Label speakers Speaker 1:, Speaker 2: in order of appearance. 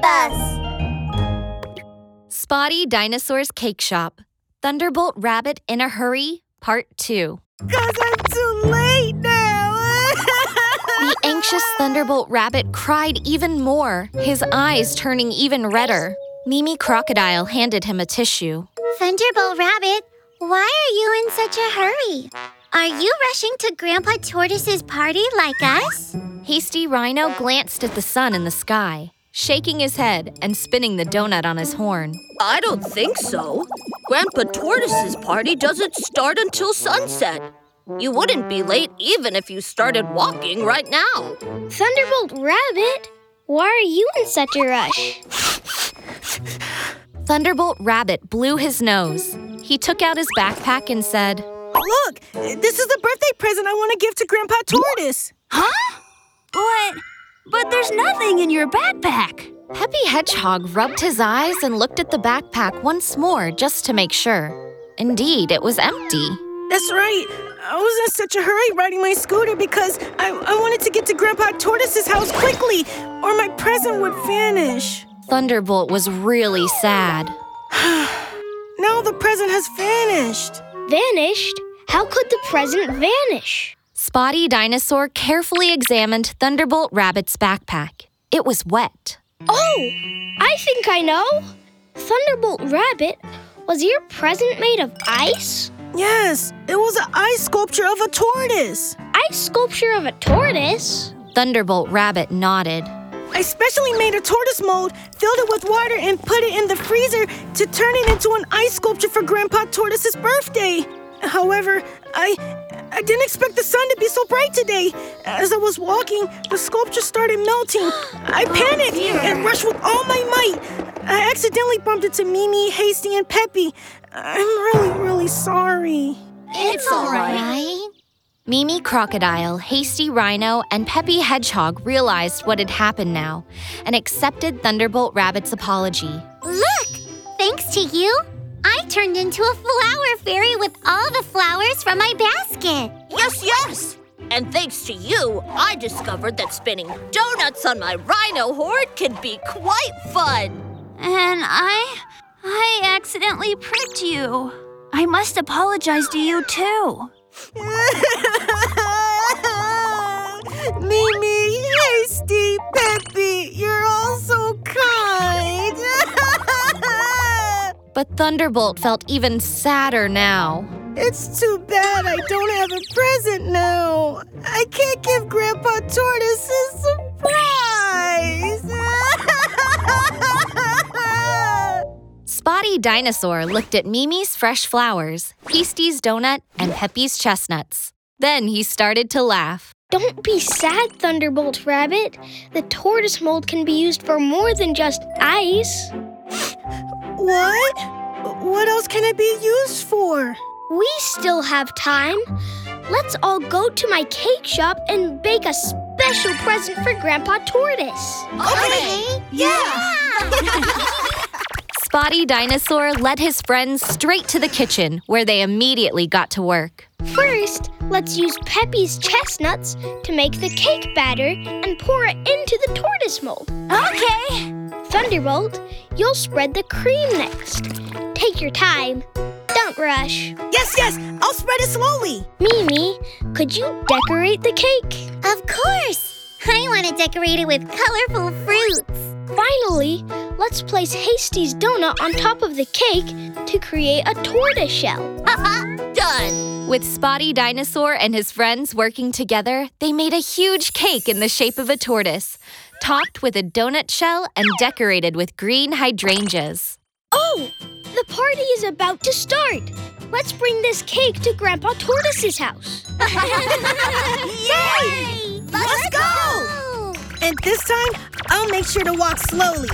Speaker 1: bus.
Speaker 2: Spotty Dinosaur's Cake Shop Thunderbolt Rabbit in a Hurry, Part 2.
Speaker 3: Cause I'm too late now.
Speaker 2: The anxious Thunderbolt Rabbit cried even more, his eyes turning even redder. Mimi Crocodile handed him a tissue.
Speaker 1: Thunderbolt Rabbit, why are you in such a hurry? Are you rushing to Grandpa Tortoise's party like us?
Speaker 2: Hasty Rhino glanced at the sun in the sky, shaking his head and spinning the donut on his horn.
Speaker 4: I don't think so. Grandpa Tortoise's party doesn't start until sunset. You wouldn't be late even if you started walking right now.
Speaker 5: Thunderbolt Rabbit, why are you in such a rush?
Speaker 2: Thunderbolt Rabbit blew his nose. He took out his backpack and said,
Speaker 3: Look, this is the birthday present I want to give to Grandpa Tortoise.
Speaker 5: Huh? But but there's nothing in your backpack.
Speaker 2: Peppy Hedgehog rubbed his eyes and looked at the backpack once more just to make sure. Indeed, it was empty.
Speaker 3: That's right. I was in such a hurry riding my scooter because I, I wanted to get to Grandpa Tortoise's house quickly, or my present would vanish.
Speaker 2: Thunderbolt was really sad.
Speaker 3: Now the present has vanished.
Speaker 5: Vanished? How could the present vanish?
Speaker 2: Spotty Dinosaur carefully examined Thunderbolt Rabbit's backpack. It was wet.
Speaker 5: Oh, I think I know. Thunderbolt Rabbit, was your present made of ice?
Speaker 3: Yes, it was an ice sculpture of a tortoise.
Speaker 5: Ice sculpture of a tortoise?
Speaker 2: Thunderbolt Rabbit nodded.
Speaker 3: I specially made a tortoise mold, filled it with water, and put it in the freezer to turn it into an ice sculpture for Grandpa Tortoise's birthday. However, I I didn't expect the sun to be so bright today. As I was walking, the sculpture started melting. I panicked and rushed with all my might. I accidentally bumped into Mimi, Hasty, and Peppy. I'm really, really sorry.
Speaker 1: It's, all right.
Speaker 2: Mimi Crocodile, Hasty Rhino, and Peppy Hedgehog realized what had happened now and accepted Thunderbolt Rabbit's apology.
Speaker 1: Look, thanks to you, I turned into a flower fairy with all the flowers from my basket.
Speaker 4: Yes, yes! And thanks to you, I discovered that spinning donuts on my rhino horn can be quite fun.
Speaker 6: And I. I accidentally pricked you. I must apologize to you, too.
Speaker 3: Mimi, Hasty, Peppy, you're all so kind.
Speaker 2: But Thunderbolt felt even sadder now.
Speaker 3: it's too bad I don't have a present now. I can't give Grandpa Tortoise a surprise.
Speaker 2: Spotty Dinosaur looked at Mimi's fresh flowers, Peasty's donut, and Peppy's chestnuts. Then he started to laugh.
Speaker 5: Don't be sad, Thunderbolt Rabbit. The tortoise mold can be used for more than just ice.
Speaker 3: what? What else can it be used for?
Speaker 5: We still have time. Let's all go to my cake shop and bake a special present for Grandpa Tortoise.
Speaker 1: Okay.
Speaker 2: Spotty Dinosaur led his friends straight to the kitchen, where they immediately got to work.
Speaker 5: First, let's use Peppy's chestnuts to make the cake batter and pour it into the tortoise mold.
Speaker 6: Okay.
Speaker 5: Thunderbolt, you'll spread the cream next. Take your time. Don't rush.
Speaker 3: Yes, yes, I'll spread it slowly.
Speaker 5: Mimi, could you decorate the cake?
Speaker 1: Of course. I want to decorate it with colorful fruits.
Speaker 5: Finally, let's place Hasty's donut on top of the cake to create a tortoise shell.
Speaker 4: Done!
Speaker 2: With Spotty Dinosaur and his friends working together, they made a huge cake in the shape of a tortoise, topped with a donut shell and decorated with green hydrangeas.
Speaker 5: Oh, the party is about to start. Let's bring this cake to Grandpa Tortoise's house.
Speaker 1: Yay! Let's, go!
Speaker 3: And this time, I'll make sure to walk slowly.